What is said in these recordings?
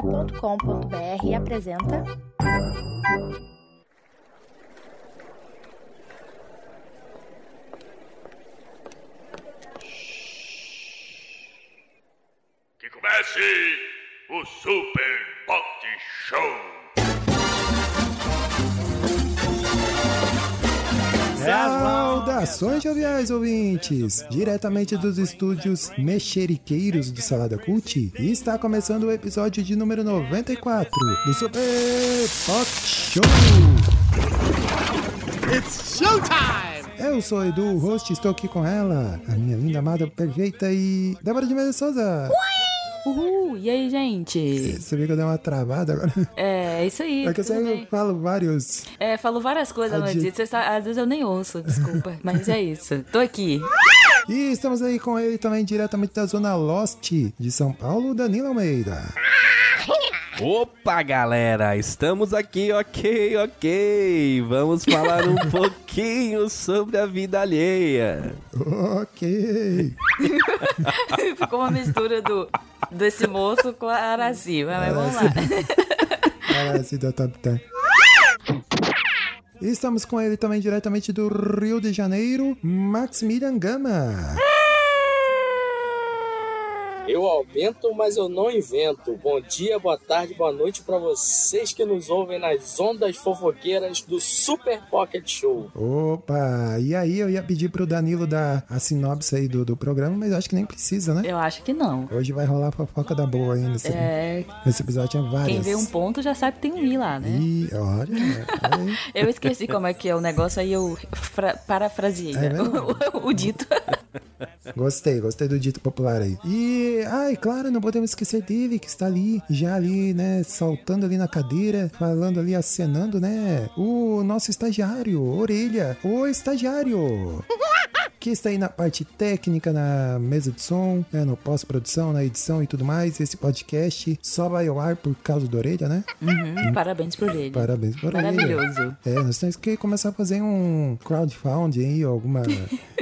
Saladacult.com.br apresenta Que comece o Super Pot Show. Saudações joviais ouvintes! Diretamente dos estúdios mexeriqueiros do Salada Cult, está começando o episódio de número 94 do Super Pot Show! Eu sou Edu, o host, estou aqui com ela, a minha linda, amada, perfeita e... Débora de Mendes Souza! Uhul! E aí, gente? Você viu que eu dei uma travada agora? É, é isso aí. É que eu tudo sempre bem. falo vários... É, falou várias coisas Adi- antes. Você sa- Às vezes eu nem ouço, desculpa. Mas é isso. Tô aqui. E estamos aí com ele também, diretamente da Zona Lost de São Paulo, Danilo Almeida. Opa, galera, estamos aqui, ok, ok. Vamos falar um pouquinho sobre a vida alheia. Ok. Ficou uma mistura do desse moço com a Araci. Mas, É. mas vamos lá. Parece da Top Ten. E Estamos com ele também diretamente do Rio de Janeiro, Maximilian Gama. Eu aumento, mas eu não invento. Bom dia, boa tarde, boa noite pra vocês que nos ouvem nas ondas fofoqueiras do Super Pocket Show. Opa! E aí eu ia pedir pro Danilo dar a sinopse aí do, do programa, mas acho que nem precisa, né? Eu acho que não. Hoje vai rolar fofoca da boa ainda. Nesse, É, nesse episódio tinha várias. quem vê um ponto já sabe que tem um i lá, né? Ih, olha, olha aí. Eu esqueci como é que é o negócio, aí eu fra- parafraseei É né? o, o dito. Gostei, gostei do dito popular aí. E, ai, claro, não podemos esquecer dele, que está ali, já ali, né, saltando ali na cadeira, falando ali, acenando, né? O nosso estagiário, Orelha, o estagiário! Que está aí na parte técnica, na mesa de som, né, no pós-produção, na edição e tudo mais. Esse podcast só vai ao ar por causa do Orelha, né? Uhum, parabéns por ele. Parabéns por Orelha. Maravilhoso. É, nós temos que começar a fazer um crowdfunding aí, alguma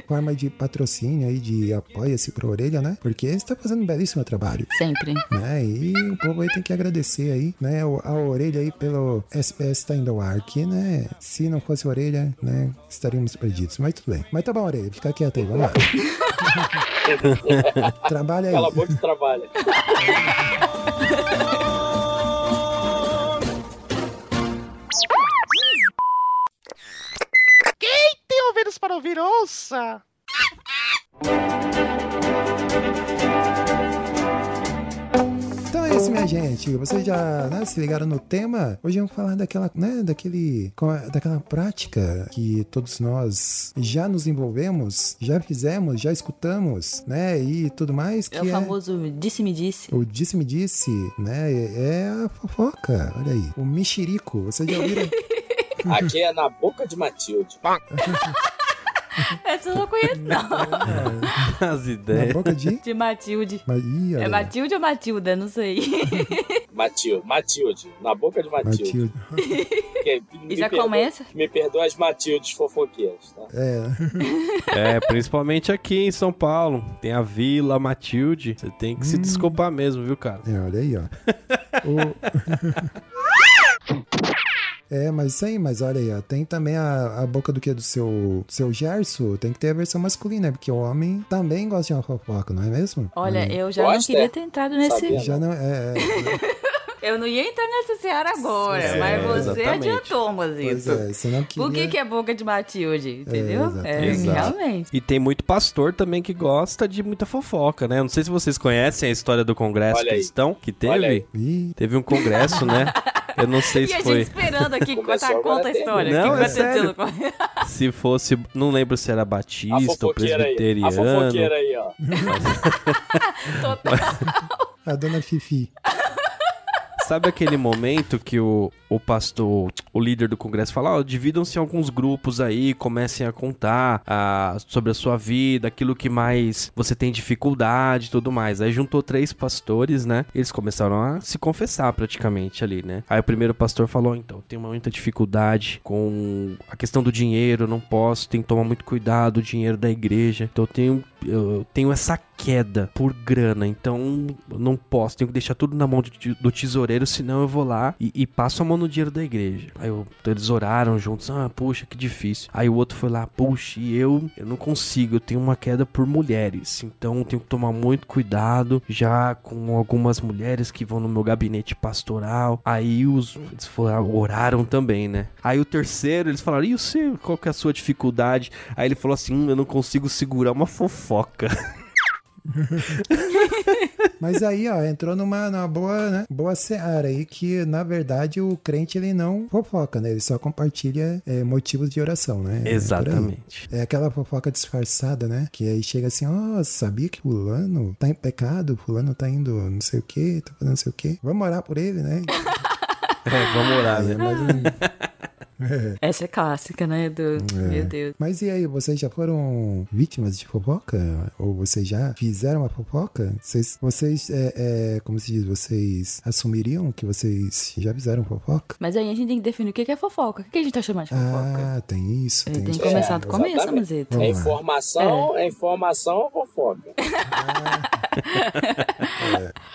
forma de patrocínio aí, de apoia-se pro orelha, né? Porque ele está fazendo um belíssimo trabalho. Sempre. Né? E o povo aí tem que agradecer aí, né? O- A orelha aí pelo SPS tá indo ao ar, que, né? Se não fosse a orelha, né? Estaríamos perdidos. Mas tudo bem. Mas tá bom, orelha, fica quieto aí, vamos lá. Trabalha aí. Cala a boca e trabalha. Tem ouvidos para ouvir, ouça! Então é isso, minha gente. Vocês já né, se ligaram no tema? Hoje vamos falar daquela, né, daquele, como é- daquela prática que todos nós já nos envolvemos, já fizemos, já escutamos, né, e tudo mais. Que É o famoso disse-me-disse. o disse-me disse, né, é a fofoca. Olha aí, o mexerico. Vocês já ouviram? Aqui é na boca de Matilde. Essa eu não conheço, não. As na é ideias. boca de... De Matilde. Mas, ih, É olha, Matilde ou Matilda? Não sei. Matilde, Matilde, na boca de Matilde. Matilde. Que- me E já perdoa- começa? Me perdoa as Matildes fofoqueiras, tá? É, É, principalmente aqui em São Paulo. Tem a Vila Matilde. Você tem que Hum. se desculpar mesmo, viu, cara? É, olha aí, ó. O- É, mas isso aí, mas olha aí, ó. Tem também a, a boca do que? Do seu, do seu Gerso. Tem que ter a versão masculina, né? porque o homem também gosta de uma fofoca, não é mesmo? Olha, Olha aí. eu já não Gosta? queria ter entrado nesse. Sabia. Já não. É, é, Eu não ia entrar nessa seara agora, É, mas você exatamente. adiantou, Mozito. pois é, você não queria. Por que, que é boca de Matilde? Entendeu? exato. É, Exato. realmente. E tem muito pastor também que gosta de muita fofoca, né? Não sei se vocês conhecem a história do Congresso Olha aí. Cristão que Olha teve. aí. Ih, Teve um congresso, né? Eu não sei E a se gente foi. esperando aqui Começou contar agora conta a até. história. Não, o que é aconteceu? Se fosse. Não lembro se era a batista ou fofoqueira aí. A presbiteriano. fofoqueira aí, ó. Total. a dona Fifi. Sabe aquele momento que o, o pastor, o líder do congresso fala, ó, dividam-se em alguns grupos aí, comecem a contar ah, sobre a sua vida, aquilo que mais você tem dificuldade e tudo mais. Aí juntou três pastores, né? Eles começaram a se confessar praticamente ali, né? Aí o primeiro pastor falou, então, tenho muita dificuldade com a questão do dinheiro, eu não posso, tem que tomar muito cuidado, o dinheiro da igreja. Então eu tenho eu tenho essa queda por grana, então eu não posso, tenho que deixar tudo na mão de ti- do tesoureiro, senão eu vou lá e, e passo a mão no dinheiro da igreja. Aí eu- então eles oraram juntos, ah, puxa, que difícil. Aí o outro foi lá, puxa, e eu, eu não consigo, eu tenho uma queda por mulheres, então eu tenho que tomar muito cuidado já com algumas mulheres que vão no meu gabinete pastoral. Aí os, eles foram, oraram também, né? Aí o terceiro, eles falaram, e o seu, qual que é a sua dificuldade? Aí ele falou assim, hum, eu não consigo segurar uma fofoca. Mas aí, ó, entrou numa, numa boa, né, boa seara aí que, na verdade, o crente ele não fofoca, né? Ele só compartilha é, motivos de oração, né? É por aí. Exatamente. É aquela fofoca disfarçada, né? Que aí chega assim, ó, sabia que fulano tá em pecado, fulano tá indo não sei o quê, tá fazendo não sei o quê. Vamos orar por ele, né? É, vamos orar, É, né? mais ou Ah, menos. Essa é clássica, né? Do... Meu Deus. Mas e aí, vocês já foram vítimas de fofoca? Ou vocês já fizeram uma fofoca? Vocês, vocês é, é, como se diz, vocês assumiriam que vocês já fizeram fofoca? Mas aí a gente tem que definir o que que é fofoca. O que que a gente tá chamando de fofoca? Ah, tem isso, Ele tem, tem que isso. começar do começo, É, exatamente. Mazeta. Vamos É lá. informação, é informação ou fofoca?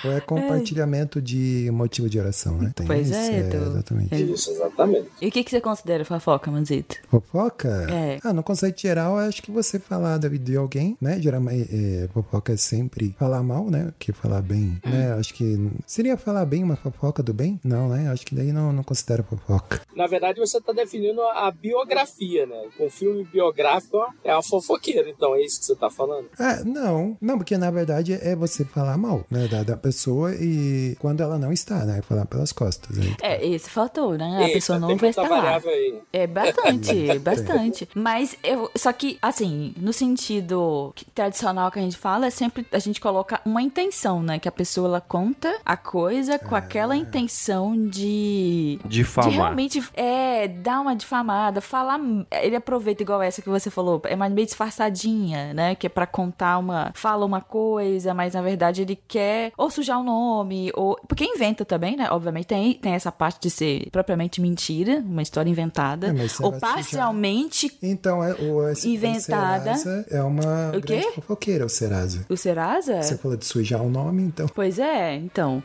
Ou é compartilhamento de motivo de oração, né? Tem Pois isso? é, Edu. exatamente. É. Isso, exatamente. E o que, que você considera fofoca, Manzito? Fofoca? É. Ah, no conceito geral, eu acho que você falar da vida de alguém, né? Geralmente, é, fofoca é sempre falar mal, né? Que falar bem, Hum. né? Acho que seria falar bem uma fofoca do bem? Não, né? Acho que daí não, não considero fofoca. Na verdade, você está definindo a biografia, né? Um filme biográfico é uma fofoqueira, então é isso que você está falando. Ah, não. Não, porque na verdade é você falar mal, né? Da, da pessoa e quando ela não está, né? Falar pelas costas. Né? É, esse fator, né? A Eita, pessoa não tem vai muita estar lá. variável aí. É bastante, bastante. Mas eu. Só que, assim, no sentido que- tradicional que a gente fala, é sempre a gente coloca uma intenção, né? Que a pessoa ela conta a coisa com aquela intenção de. De Difamar. realmente é dar uma difamada, falar. Ele aproveita igual essa que você falou, é mais meio disfarçadinha, né? Que é pra contar uma. Fala uma coisa, mas na verdade ele quer ou sujar o nome, ou. Porque inventa também, né? Obviamente tem, tem essa parte de ser propriamente mentira, uma história inventada. É, mas você ou vai sujar. parcialmente. Então, é, o, esse- o Inventada. Serasa é uma O quê? É. grande fofoqueira, o Serasa. O Serasa? Você falou de sujar o nome, então. Pois é, então.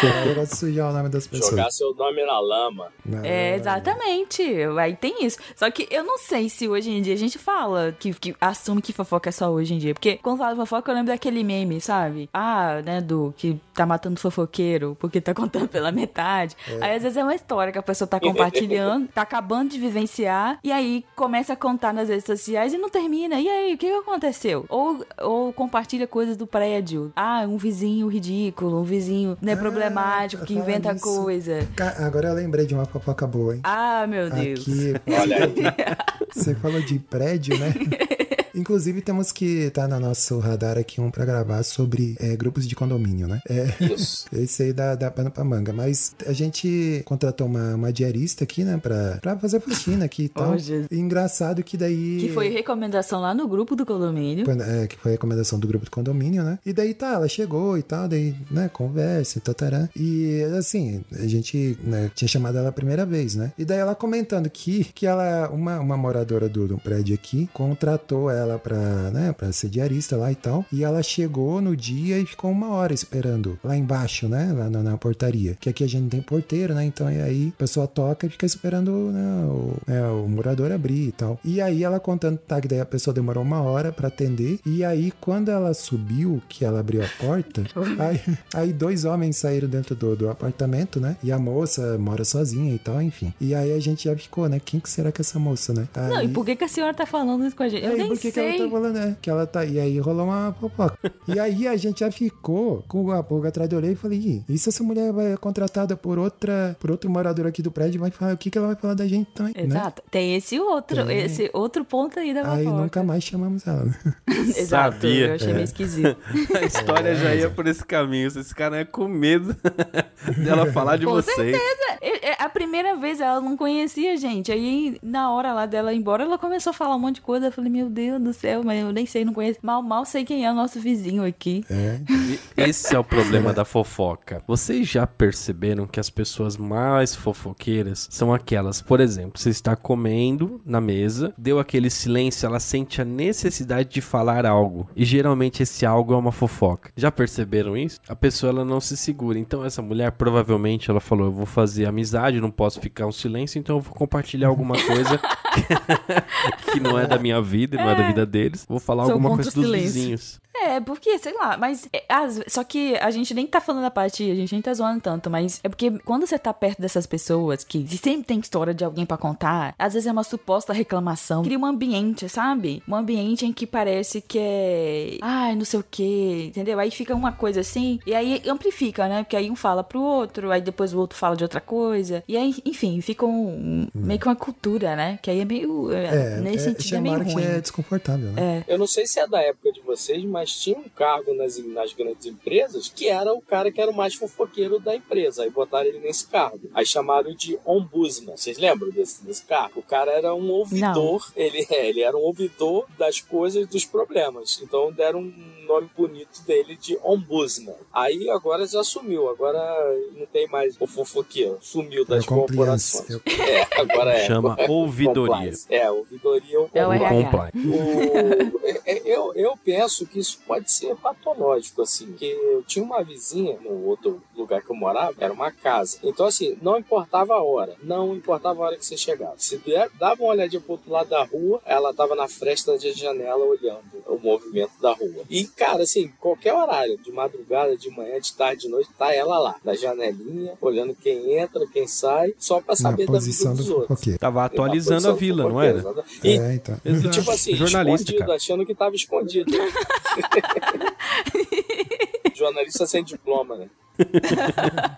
Serasa gosta de sujar o nome das pessoas. Jogar seu nome na lama. Não, É, exatamente. Aí tem isso. Só que eu não sei se hoje em dia a gente fala que, que assume que fofoca é só hoje em dia. Porque quando fala fofoca, eu lembro daquele meme, sabe? Ah, né, do que tá matando fofoqueiro porque tá contando pela metade. Aí às vezes é uma história que a pessoa tá compartilhando, tá acabando de vivenciar, e aí começa a contar nas redes sociais e não termina. E aí, o que que aconteceu? Ou, ou compartilha coisas do prédio. Ah, um vizinho ridículo, um vizinho né, Ah, problemático que falar inventa nisso. coisa. Ca- Agora eu lembrei de uma fofoca boa, hein? Ah, meu Deus. Aqui, Olha aí. você falou de prédio, né? Inclusive, temos que tá no nosso radar aqui um pra gravar sobre é, grupos de condomínio, né? É, Isso. Esse aí dá, dá pano pra manga. Mas a gente contratou uma, uma diarista aqui, né? Pra, pra fazer faxina aqui e tal. Oh, Jesus. E engraçado que daí... Que foi recomendação lá no grupo do condomínio. Quando- é, que foi a recomendação do grupo do condomínio, né? E daí tá, ela chegou e tal, daí, né, conversa e tatará. E assim, a gente né, tinha chamado ela a primeira vez, né? E daí ela comentando que, que ela, uma, uma moradora do, do prédio aqui, contratou ela pra, né, pra ser diarista lá e tal. E ela chegou no dia e ficou uma hora esperando lá embaixo, né? Lá na, na portaria. Que aqui a gente não tem porteiro, né? Então e aí a pessoa toca e fica esperando né, o, né, o morador abrir e tal. E aí ela contando, tá, que daí a pessoa demorou uma hora pra atender. E aí quando ela subiu, que ela abriu a porta, aí, aí dois homens saíram dentro do, do apartamento, né? E a moça mora sozinha e tal, enfim. E aí a gente já ficou, né? Quem que será que é essa moça, né? Não, Aí- e por que, que a senhora tá falando isso com a gente? e Eu aí, nem por que, que ela sei. tá falando, né? Que ela tá. E aí rolou uma fofoca. e aí a gente já ficou com a pulga atrás da orelha e falei: Ih, e se essa mulher vai é contratada por outra, por outro morador aqui do prédio, vai falar o que, que ela vai falar da gente também? Né? Exato. Tem esse outro, Tem. esse outro ponto aí da Aí fofoca. nunca mais chamamos ela. né? Exato. Sabia. Eu achei meio esquisito. A história já ia por esse caminho. Esse cara é com medo é dela falar de Com vocês. Eu, é, a primeira vez ela não conhecia a gente. Aí, na hora lá dela ir embora, ela começou a falar um monte de coisa. Eu falei, meu Deus do céu, mas eu nem sei, não conheço. Mal, mal sei quem é o nosso vizinho aqui. É. Esse é o problema da fofoca. Vocês já perceberam que as pessoas mais fofoqueiras são aquelas, por exemplo, você está comendo na mesa, deu aquele silêncio, ela sente a necessidade de falar algo. E geralmente esse algo é uma fofoca. Já perceberam isso? A pessoa ela não se segura. Então essa mulher provavelmente ela falou: "Eu vou fazer amizade, não posso ficar um silêncio, então eu vou compartilhar alguma coisa que não é da minha vida, e não é da vida deles. Vou falar Sou alguma contra coisa o dos silêncio." vizinhos." É, porque, sei lá, mas. é, às ve- só que a gente nem tá falando a parte, a gente nem tá zoando tanto, mas é porque quando você tá perto dessas pessoas que sempre tem história de alguém pra contar, às vezes é uma suposta reclamação. Cria um ambiente, sabe? Um ambiente em que parece que é. Ai, não sei o quê, entendeu? Aí fica uma coisa assim, e aí amplifica, né? Porque aí um fala pro outro, aí depois o outro fala de outra coisa. E aí, enfim, fica um. meio que uma cultura, né? Que aí é meio. É, nesse é, sentido é meio chamar que ruim. é desconfortável, né? Eu não sei se é da época de vocês, mas tinha um cargo nas, nas grandes empresas que era o cara que era o mais fofoqueiro da empresa. Aí botaram ele nesse cargo. Aí chamaram de ombudsman. Vocês lembram desse, desse cargo? O cara era um ouvidor. Ele, é, ele era um ouvidor das coisas e dos problemas. Então deram um nome bonito dele de ombudsman. Aí agora já sumiu. Agora não tem mais o fofoqueiro. Sumiu das Eu compliance. corporações. É, agora é. Chama ouvidoria. É, ouvidoria ou É o RH. Comply. o- é- é- eu, eu penso que isso pode ser patológico, assim, que eu tinha uma vizinha no outro lugar que eu morava, era uma casa. Então, assim, não importava a hora, não importava a hora que você chegava. Se der, dava uma olhadinha pro outro lado da rua, ela tava na fresta de janela olhando o movimento da rua. E, cara, assim, qualquer horário, de madrugada, de manhã, de tarde, de noite, tá ela lá, na janelinha, olhando quem entra, quem sai, só pra Na saber da vida posição dos do. outros. Ok. Tava atualizando a vila, não era? E É, então. e, tipo assim, jornalista, escondido, cara. achando que tava escondido. Jornalista sem diploma, né?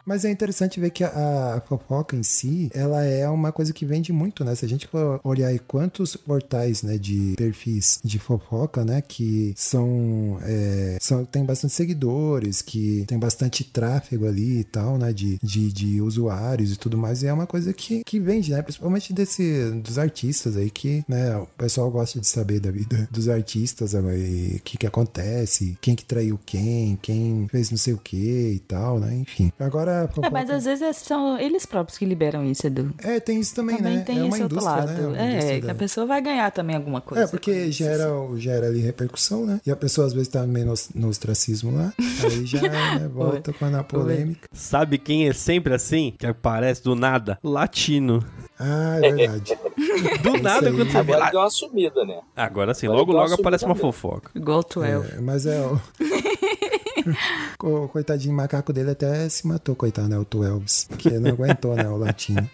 Mas é interessante ver que a, a fofoca em si, ela é uma coisa que vende muito, né? Se a gente for olhar aí quantos portais, né, de perfis de fofoca, né, que são, é, são tem bastante seguidores, que tem bastante tráfego ali e tal, né, de, de, de usuários e tudo mais, e é uma coisa que, que vende, né? Principalmente desse, dos artistas aí, que, né, o pessoal gosta de saber da vida dos artistas, né, e o que que acontece, quem que traiu quem, quem fez não sei o que e tal, né, enfim. Agora... a É, mas fofoca- às vezes são eles próprios que liberam isso, Edu. é, tem isso também, Também né? tem é uma esse outro indústria, lado. né? Uma é, indústria que da- a pessoa vai ganhar também alguma coisa. É, porque gera, o- gera ali repercussão, né? E a pessoa às vezes tá meio no, no ostracismo lá, aí já né, volta com a na polêmica. Sabe quem é sempre assim? Que aparece do nada? Latino. Ah, é verdade. Do Isso nada aí. quando Tá você vê Agora lá. deu uma sumida, né? Agora sim, Agora logo deu uma logo aparece uma subida fofoca. Igual tu é. É, mas é. O... Co- coitadinho macaco dele até se matou, coitado, né? O Tu Elvis. Que não aguentou, né? O latino.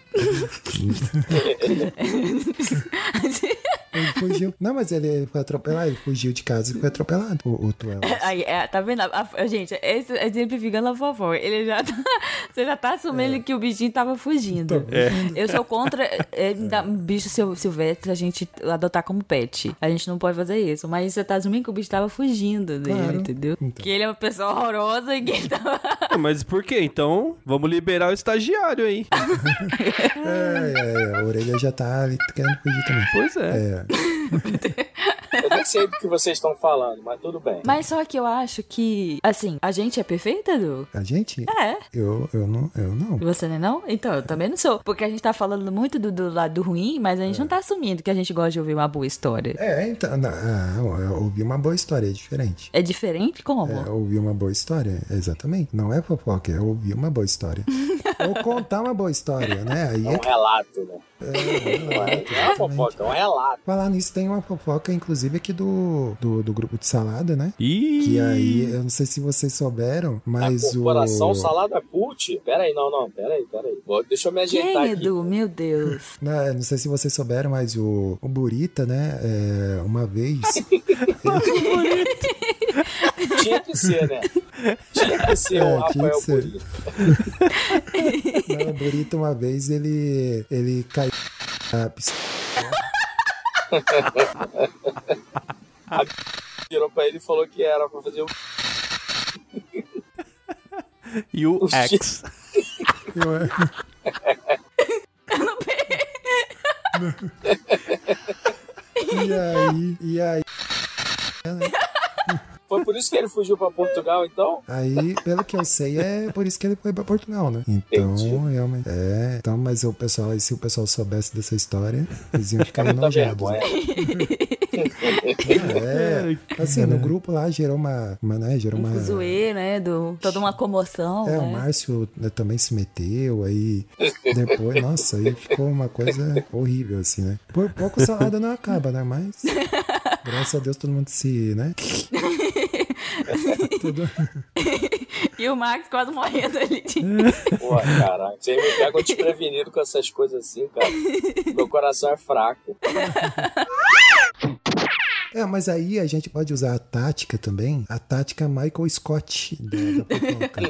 Ele fugiu. Não, mas ele foi atropelado, ele fugiu de casa e foi atropelado, o, o Tu Elvis. Aí, é, tá vendo? A- a- gente, esse exemplificando a vovó. Ele já tá, você já tá É. assumindo que o bichinho tava fugindo. Eu sou contra é, da- bicho sil- silvestre a gente adotar como pet. A gente não pode fazer isso. Mas você tá assumindo que o bicho tava fugindo dele, Claro. entendeu? Então. Que ele é uma pessoa horrorosa e que ele tava. Ah, Mas por quê? Então, vamos liberar o estagiário aí. É, é, a orelha já tá ali querendo fugir também. Pois é. É, Eu nem sei do que vocês estão falando, mas tudo bem. Mas só que eu acho que, assim, a gente é perfeita, Edu? a gente? É. Eu, eu não, eu não. Você não é não? Então, eu também não sou. Porque a gente tá falando muito do, do lado ruim, mas a gente não tá assumindo que a gente gosta de ouvir uma boa história. É, então, não, ah, eu ouvi uma boa história, é diferente. É diferente como? É, ouvir uma boa história, exatamente. Não é fofoca, é ouvir uma boa história. Ou contar uma boa história, né? Aí É é um que relato, né? Não é, não é uma é, fofoca, é um relato. Falar nisso, tem uma fofoca, inclusive, aqui do, do, do grupo de salada, né? Ih, Que aí, eu não sei se vocês souberam, mas a corporação o. Salada Cult. Pera aí, não, não, pera aí, pera aí. Vou- Deixa eu me tá Quem, ajeitar aqui. Edu? Meu Deus. Né, Não, sei se vocês souberam, mas o, o Burita, né? é, uma vez. Tinha que ser, né? Tinha que ser É, o tinha que Rafael ser. Burito. né, o Burita, uma vez, ele. Ele caiu. na piscina. Virou pra ele e falou que era pra fazer o e o X. E aí, e aí. É, né? Foi por isso que ele fugiu pra Portugal, então? Aí, pelo que eu sei, é por isso que ele foi pra Portugal, né? Então, Entendi. realmente. É, então, mas o pessoal, se o pessoal soubesse dessa história, eles iam ficar Muita enojados. vergonha. né? É, assim, no grupo lá gerou uma. uma né, gerou uma. Um zoe, né? Do, toda uma comoção, É, né? o Márcio né, também se meteu, aí depois, nossa, aí ficou uma coisa horrível, assim, né? Por pouco a salada não acaba, né? Mas, graças a Deus, todo mundo se, né? Tudo- E o Max quase morrendo ali. de- Pô, caralho. Vocês me pegam desprevenido com essas coisas assim, cara. Meu coração é fraco. É, mas aí a gente pode usar a tática também, a tática Michael Scott da, da Popoca.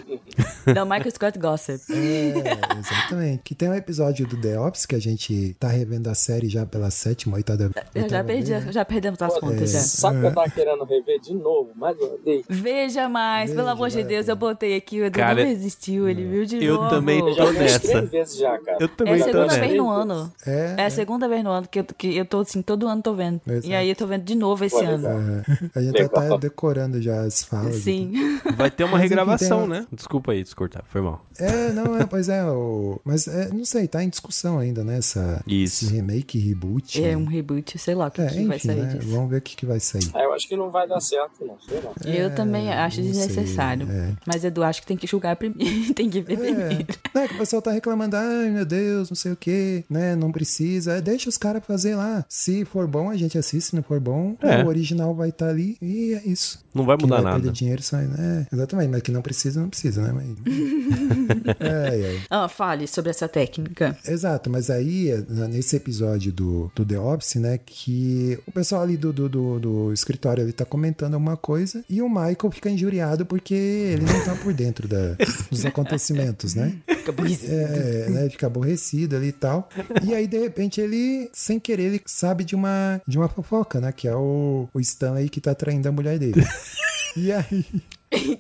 Não, Michael Scott Gossip. É, exatamente. Que tem um episódio do The Ops que a gente tá revendo a série já pela sétima, oitada. Eu já oitava perdi, vez, né? já perdemos as contas já. Sabe que eu tava querendo rever de novo, mas eu odeio. Veja mais, pelo Veja, amor de vale a Deus, pena. eu botei aqui, o Edu Cara, não resistiu, ele viu de eu novo. também né? Eu já Tô vi umas nessa. três vezes já, cara. Eu É a também tô segunda nessa. vez no ano. É, É a segunda vez no ano que eu, que eu tô assim, todo ano tô vendo. Exato. E aí eu tô vendo de novo esse Olha, é. ano. A gente tá Legal. até decorando já as falas. Sim. Vai ter uma Mas enfim, regravação, tem né? Desculpa aí, descortar. Foi mal. É, não, é, pois é. O... Mas é, não sei, tá em discussão ainda, né? Essa, Isso. Esse remake, reboot. É né? um reboot, sei lá o que, É, que enfim, vai sair né? disso. Vamos ver o que, que vai sair. Ah, eu acho que não vai dar certo, não. Sei lá. Eu também acho é, não sei, desnecessário. é. Mas Edu, acho que tem que julgar primeiro. tem que ver primeiro. É, né, que o pessoal tá reclamando, ai meu Deus, não sei o que, né, não precisa. É, deixa os caras fazer lá. Se for bom, a gente assiste, se não for bom, É. o original vai estar ali e é isso. Não vai Quem mudar vai perder nada. dinheiro só, né? Exatamente, mas que não precisa, não precisa, né? Mas... É, ai, ai. Ah, fale sobre essa técnica. É, Exato, mas aí, na- nesse episódio do, do The Office, né, que o pessoal ali do, do, do, do escritório ele tá comentando alguma coisa e o Michael fica injuriado porque ele não tá por dentro da- dos acontecimentos, né? Fica burrice. É, né, fica aborrecido ali e tal. E aí, de repente, ele, sem querer, ele sabe de uma, de uma fofoca, né, que é o, o Stanley que tá traindo a mulher dele. E aí...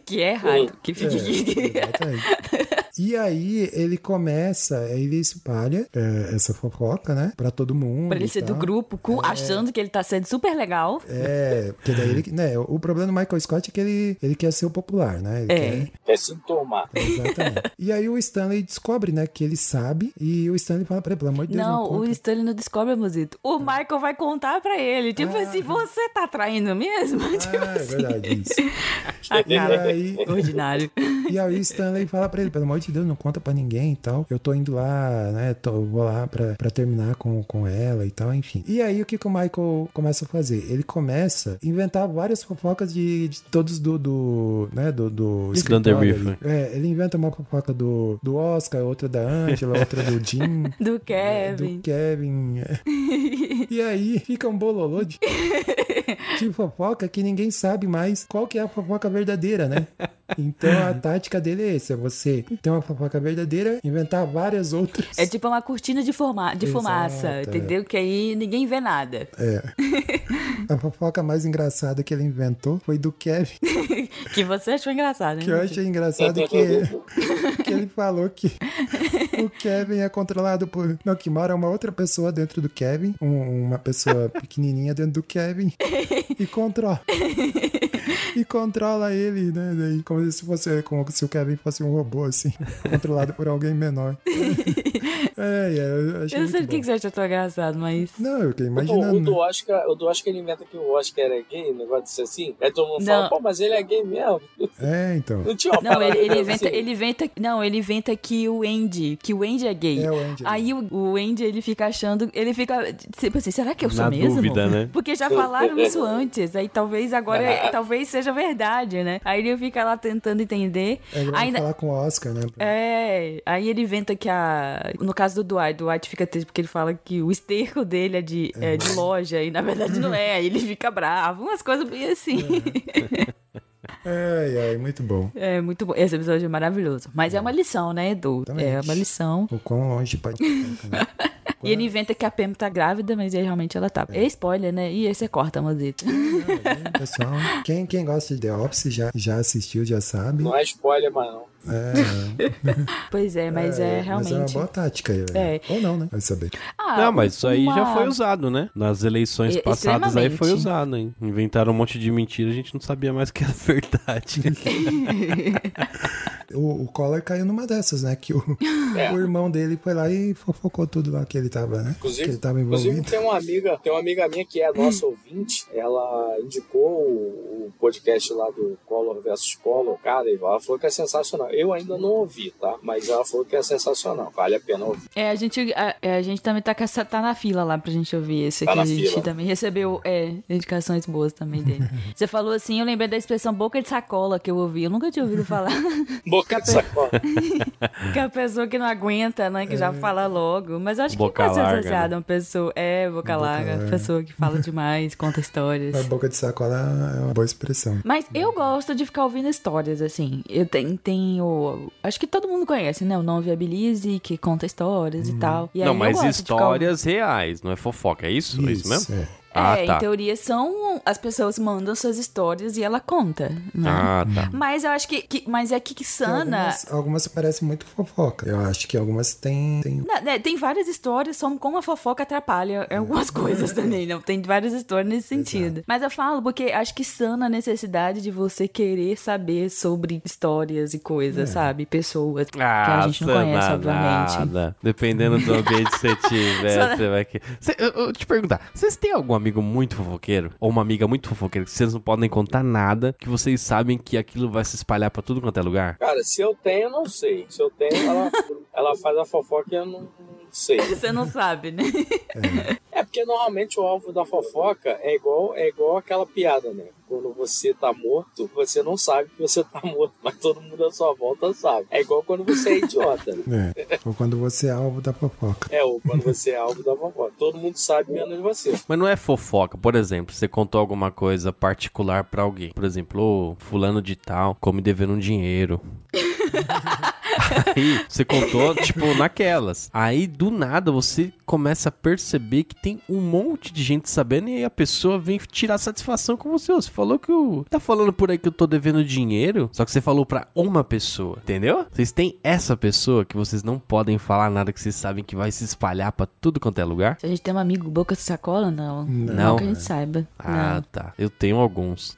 que é errado. Que fica. É, exatamente. E aí ele começa, ele espalha é, essa fofoca, né? Pra todo mundo. pra ele e ser do tal. grupo, com- achando que ele tá sendo super legal. Então, É, porque daí ele. Né, o problema do Michael Scott é que ele, ele quer ser o popular, né? Ele É. quer- Quer se tomar. exatamente. e aí o Stanley descobre, né, que ele sabe. E o Stanley fala pra ele, pelo amor de Deus. Não, o conta. É. Stanley não descobre, Mozito. O Michael vai contar pra ele. Tipo assim, você tá traindo mesmo? tipo Ah, é assim. verdade, isso. Ah, E cara, aí, ordinário. E aí o Stanley fala pra ele, pelo amor de Deus, não conta pra ninguém e tal. Eu tô indo lá, né? Tô, vou lá pra, pra terminar com, com ela e tal, enfim. E aí o que, que o Michael começa a fazer? Ele começa a inventar várias fofocas de, de todos do, do né? Do, do Isso escritório do Under ali. É, ele inventa uma fofoca do, do Oscar, outra da Angela, outra do Jim. Do É, Do Kevin. Kevin. é. e aí fica um bololô de, de fofoca que ninguém sabe mais qual que é a fofoca verdadeira, né? Então a tática dele é essa: você tem uma fofoca verdadeira, inventar várias outras. É tipo uma cortina de, forma... Exato, de é. fumaça, entendeu? Que aí ninguém vê nada. A fofoca mais engraçada que ele inventou foi do Kevin, Que você achou engraçado, né? que eu achei engraçado é. que, que ele falou que o Kevin é controlado por. Não, que mora uma outra pessoa dentro do Kevin, um- uma pessoa pequenininha dentro do Kevin e controla. e controla ele, né? Daí, como se fosse, como se o Kevin fosse um robô, assim, controlado por alguém menor. é, é, eu achei Eu não sei muito o que bom. que você tá achou tão engraçado, mas. Não, eu fiquei né? O, o imaginando. do Oscar, o do Oscar ele inventa que o Oscar é gay, um negócio desse assim. Aí todo mundo Não. fala, pô, mas ele é gay mesmo. É, então. Não tinha uma Não, ele, parada ele assim? inventa, ele inventa. Não, ele inventa que o Andy, que o Andy é gay. É o Andy. Aí o, o Andy ele fica achando, ele fica tipo assim, será que eu sou Na mesmo? dúvida, né? Porque já falaram isso antes, aí talvez agora, é, talvez seja verdade, né? Aí ele fica lá tentando entender. É igual ainda falar com o Oscar, né? é, aí ele inventa que a. No caso do Dwight, o Dwight fica triste porque ele fala que o esterco dele é de, é de loja e na verdade não é, aí ele fica bravo, umas coisas bem assim. Ai, ai, muito bom. É muito bom. Esse episódio é maravilhoso. Mas é uma lição, né, Edu? Exatamente. É uma lição. O quão longe pode. E ele inventa que a Pam tá grávida, mas aí realmente ela tá. É spoiler, né? E aí você corta, maldito. Uhum. Pessoal, quem, quem gosta de The Office já, já assistiu, já sabe. Não é spoiler, mas não. É, pois é, mas é, Mas realmente. é uma boa tática. aí, velho. Ou não, né? Vai saber. Ah, Não, mas isso aí já uma- foi usado, né? Nas eleições E- passadas aí foi extremamente. usado, hein? Inventaram um monte de mentira, a gente não sabia mais que era verdade. O, o Collor caiu numa dessas, né? Que o, É. o irmão dele foi lá e fofocou tudo lá que ele tava, né? Inclusive- que ele tava Inclusive, envolvido. tem uma amiga, tem uma amiga minha que é nossa ouvinte, ela indicou o, o podcast lá do Collor versus Collor, cara, e ela falou que é sensacional. Eu ainda não ouvi, tá? Mas ela falou que é sensacional, vale a pena ouvir. É, a gente, a, é, a gente também tá, com essa- tá na fila lá pra gente ouvir esse Tá aqui. na a gente fila. também recebeu é, indicações boas também dele. Você falou assim, eu lembrei da expressão boca de sacola que eu ouvi. Eu nunca tinha ouvido falar. Boca de sacola. que é a pessoa que não aguenta, né? Que já fala logo. Mas eu acho Boca que pode ser larga, associada né? a uma pessoa. É, boca, larga, larga. Tá pessoa que fala demais, conta histórias. A boca de sacola é uma boa expressão. Mas eu gosto de ficar ouvindo histórias, assim. Eu tenho, tenho. Acho que todo mundo conhece, né? O não viabilize, que conta histórias e tal. E aí não, eu mas gosto de ficar ouvindo- histórias reais, não é fofoca, é isso? É isso mesmo? é. Ah, é, tá. em teoria são. As pessoas mandam suas histórias e ela conta, né? Ah, tá. Mas eu acho que. que- mas é que que Tem sana. Algumas, algumas parecem muito fofoca. Eu acho que algumas têm. têm- Na- né, tem várias histórias sobre como a fofoca atrapalha em algumas coisas também, não? Tem várias histórias nesse sentido. Mas eu falo porque acho que sana a necessidade de você querer saber sobre histórias e coisas, sabe? Pessoas que a Ah, gente não conhece, Sana, obviamente. nada. Dependendo do ambiente que você tiver, Sana- você vai que. Cê- eu, eu te perguntar, vocês têm algum amigo muito fofoqueiro? Ou uma amiga muito fofoqueira que vocês não podem contar nada, que vocês sabem que aquilo vai se espalhar pra tudo quanto é lugar? Cara, se eu tenho, eu não sei. Se eu tenho, ela, ela faz a fofoca e eu não, não sei. Você não sabe, né? É porque normalmente o alvo da fofoca é igual, é igual aquela piada, né? Quando você tá morto, você não sabe que você tá morto, mas todo mundo à sua volta sabe. É igual quando você é idiota. né? É. Ou quando você é alvo da fofoca. É, ou quando você é alvo da fofoca. Todo mundo sabe, menos você. Mas não é fofoca. Por exemplo, você contou alguma coisa particular pra alguém. Por exemplo, ô, fulano de tal, come devendo um dinheiro. Aí, você contou, tipo, naquelas. Aí, do nada, você começa a perceber que tem um monte de gente sabendo e aí a pessoa vem tirar satisfação com você. Ô, Você falou que eu... Tá falando por aí que eu tô devendo dinheiro? Só que você falou pra uma pessoa, entendeu? Vocês têm essa pessoa que vocês não podem falar nada que vocês sabem que vai se espalhar pra tudo quanto é lugar? Se a gente tem um amigo boca de sacola, não. Não. que a gente saiba. Ah, Não. tá. Eu tenho alguns.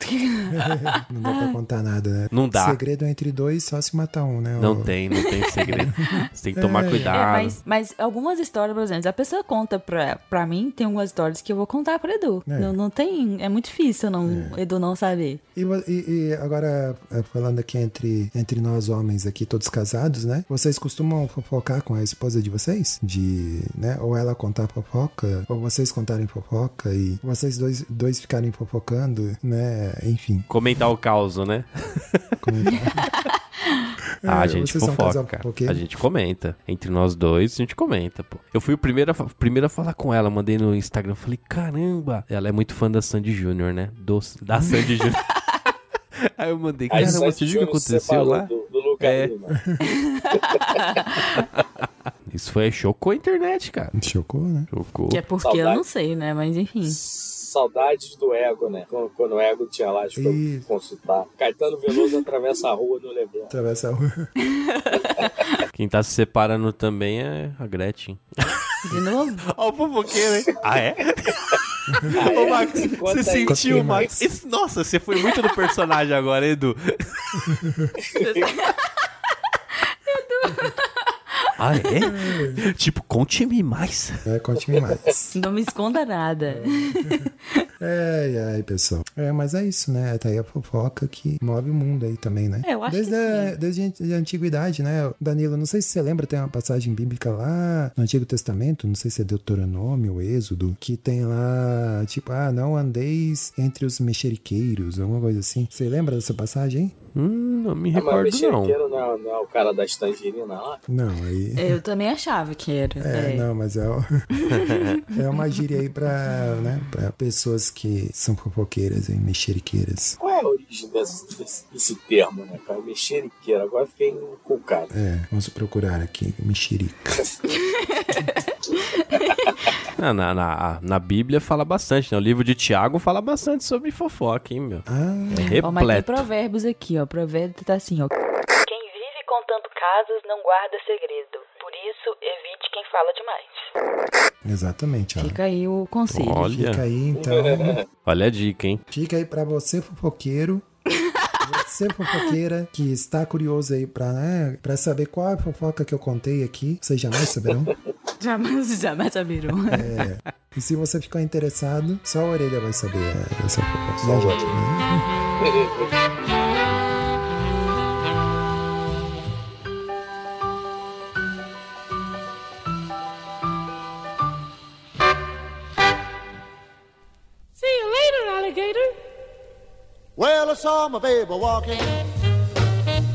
Não dá pra contar nada, né? Não dá. Segredo entre dois, só se matar um, né? Não Ô, tem, não tem segredo. Você tem que tomar É, cuidado. mas, mas algumas histórias, por exemplo, a pessoa conta pra, pra mim, tem algumas histórias que eu vou contar pro Edu. É. Não, não tem. É muito difícil não, Edu não saber. E, vo- e- e agora, é, falando aqui entre, entre nós homens aqui, todos casados, né? Vocês costumam fofocar com a esposa de vocês? De, né? Ou ela contar fofoca, ou vocês contarem fofoca e vocês dois, dois ficarem fofocando, né? Enfim, Comentar o caos, né? comentar. Ah, a É, gente vocês são um fofoca, casal cara. fofoqueiro? A gente comenta. Entre nós dois, a gente comenta, pô. Eu fui o primeiro a, fa- primeiro a falar com ela. Mandei no Instagram. Falei, caramba. Ela é muito fã da Sandy Júnior, né? Do, da Sandy Júnior. Aí eu mandei, Aí cara, sai você viu o que Júnior se aconteceu separou lá? Do, do lugar É. ali, mano. Isso foi, chocou a internet, cara. Chocou, né? Chocou. Que é porque eu Saudade. não sei, né? Mas enfim. Saudades do ego, né? Quando, quando o ego tinha lá, acho que eu Isso. consultar. Caetano Veloso atravessa a rua no Leblon. Ah, Atravessa a rua. Quem tá se separando também é a Gretchen. De novo? Ó, o fofoqueiro, hein? Ah, é? Ô, Max, Conta você sentiu, aí. Conta aí, Max. Max? Esse- nossa, você foi muito do personagem agora, Edu. Edu. Ah, é? Tipo, conte-me mais. É, conte-me mais. Não me esconda nada. Ai, ai, pessoal. É, mas é isso, né? Tá aí a fofoca que move o mundo aí também, né? É, eu acho desde que a, Desde a an- a antiguidade, né? Danilo, não sei se você lembra, tem uma passagem bíblica lá no Antigo Testamento, não sei se é Deuteronômio ou Êxodo, que tem lá, tipo, ah, não andeis entre os mexeriqueiros, alguma coisa assim. Você lembra dessa passagem, hein? Hum, não me Ah, mas o recordo, não. mexeriqueiro não é, não é o cara das tangerinas lá? Não, aí... Eu também achava que era. É, É. não, mas é, o- é uma gíria aí pra, né, pra pessoas que são fofoqueiras e mexeriqueiras. Qual é a origem desse, desse, desse termo, né, cara? Mexeriqueiro. Agora fiquei encucado. É, vamos procurar aqui, mexerica. Na, Ah, na, na, na Bíblia fala bastante, né? O livro de Tiago fala bastante sobre fofoca, hein, meu? Ah, É Ó, mas tem repleto. provérbios aqui, ó. Provérbio tá assim, ó. Quem vive contando casos não guarda segredo. Por isso, evite quem fala demais. exatamente, ó. Fica aí o conselho. Fica Olha, aí, então. olha a dica, hein? Fica aí pra você, fofoqueiro. Você, fofoqueira, que está curioso aí pra, né, pra saber qual a fofoca que eu contei aqui, vocês jamais saberão. Jamais, jamais saberão. É. E se você ficar interessado, só a orelha vai saber né, dessa fofoca. Não, gente, né? Well, I saw my baby walking.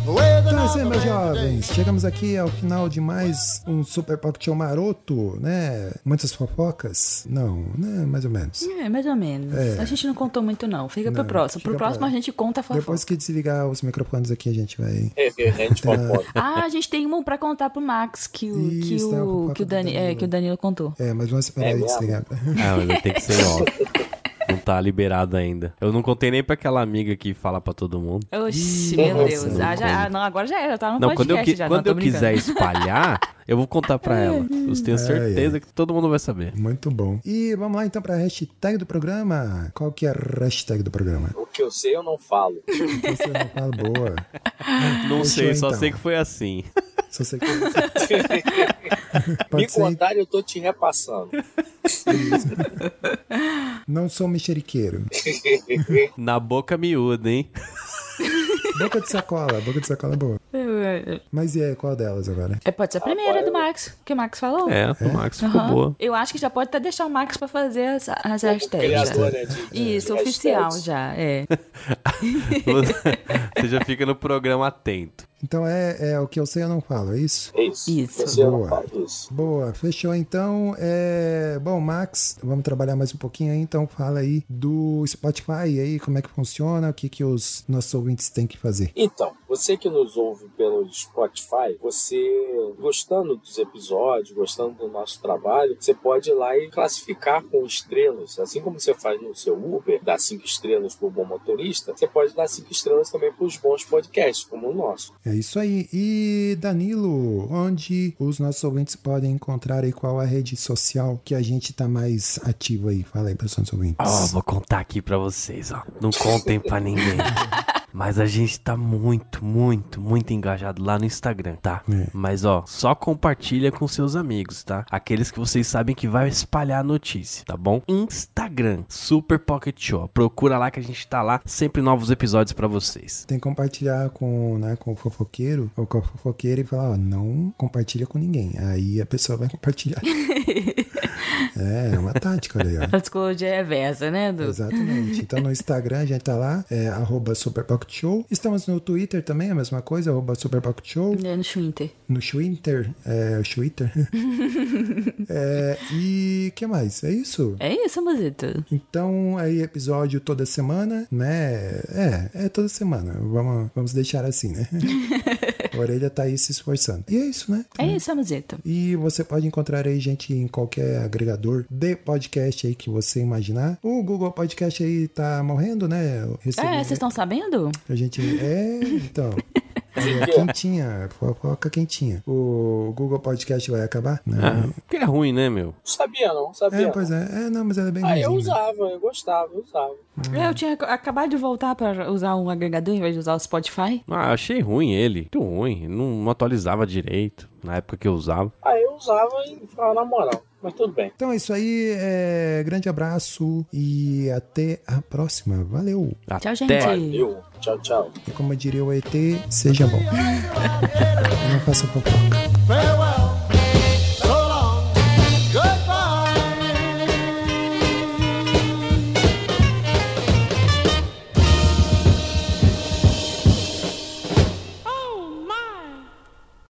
with Então é isso aí, meus another man jovens. Chegamos aqui ao final de mais um Super Pocket Show maroto, né? Muitas fofocas? Não, né? Mais ou menos. É, mais ou menos. A gente não contou muito, não. Fica pro próximo. Pro fica pra- próximo a gente conta a fofoca. Depois que desligar os microfones aqui, a gente vai... É, é, é de fofoca. Ah, a gente tem um pra contar pro Max que o, que Isso, é, o, fofoca que o, do Dani, é, Danilo. que o Danilo contou. É, mas vamos esperar É aí mesmo? desligar. Ah, mas tem que ser ó. Não tá liberado ainda. Eu não contei nem pra aquela amiga que fala pra todo mundo. Oxi, nossa, meu Deus. não Ah, já, ah, não, agora já era, tá no Não, podcast quando eu, qui- já. quando não, eu tô brincando. quiser espalhar, eu vou contar pra ela. Eu tenho certeza que todo mundo vai saber. Muito bom. E vamos lá então pra hashtag do programa. Qual que é a hashtag do programa? O que eu sei, eu não falo. Você não fala boa. Não Fechou, sei, só então. sei que foi assim. Só sei que você... Me Pode ser contar, eu tô te repassando. não sou mexeriqueiro. Na boca miúda, hein? Boca de sacola, boca de sacola é boa. Mas e aí, qual delas agora? É, pode ser a primeira do Max, que o Max falou. É, o Max ficou Aham. boa. Eu acho que já pode até deixar o Max pra fazer as, as hashtags. já. Criador, né? de- Isso, de oficial hashtags. já, é. Você já fica no programa atento. Então é, é o que eu sei eu não falo, é isso? É isso. Isso. Você não Boa. fala isso. Boa, fechou então. É... Bom, Max, vamos trabalhar mais um pouquinho aí, então fala aí do Spotify aí, como é que funciona, o que, que os nossos ouvintes têm que fazer. Então, você que nos ouve pelo Spotify, você gostando dos episódios, gostando do nosso trabalho, você pode ir lá e classificar com estrelas. Assim como você faz no seu Uber, dá cinco estrelas pro bom motorista, você pode dar cinco estrelas também pros bons podcasts, como o nosso. É isso aí. E Danilo, onde os nossos ouvintes podem encontrar e qual a rede social que a gente tá mais ativo aí? Fala aí para os nossos ouvintes. Ó, vou contar aqui pra vocês, ó. Não contem pra ninguém. Mas a gente tá muito, muito, muito engajado lá no Instagram, tá? É. Mas ó, só compartilha com seus amigos, tá? Aqueles que vocês sabem que vai espalhar a notícia, tá bom? Instagram, Super Pocket Show. Procura lá que a gente tá lá, sempre novos episódios pra vocês. Tem que compartilhar com, né, com o fofoqueiro ou com a fofoqueira e falar, ó, não compartilha com ninguém. Aí a pessoa vai compartilhar. é, é uma tática aí, ó. A psicologia reversa, né, Du? Exatamente. Então no Instagram a gente tá lá, é arroba Super Pocket Show. Estamos no Twitter também, a mesma coisa, arroba Super Pocket Show. É no Twitter. No Twitter, é, Twitter. é, e que mais? É isso? É isso, Mazito. Então, aí, episódio toda semana, né? É, é toda semana. Vamos, vamos deixar assim, né? A orelha tá aí se esforçando. E é isso, né? É isso, Mazito. E você pode encontrar aí gente em qualquer agregador de podcast aí que você imaginar. O Google Podcast aí tá morrendo, né? Eu recebi- É, vocês estão sabendo? A gente. É, então. Olha, quentinha, fofoca quentinha. O Google Podcast vai acabar? Não. Ah, porque é ruim, né, meu? Sabia não? Sabia é, não? pois é. É, não, mas ela é bem Ah, eu ruimzinha. usava, eu gostava, eu usava. É, Eu tinha ac- acabado de voltar pra usar um agregador em vez de usar o Spotify. Ah, achei ruim ele. Muito ruim. Não atualizava direito na época que eu usava. Ah, eu usava e ficava na moral. Mas tudo bem. Então é isso aí. é, Grande abraço e até a próxima. Valeu. Até Tchau, gente. Valeu. Tchau, tchau. E como diria o ET, seja bom. não faça fofoca.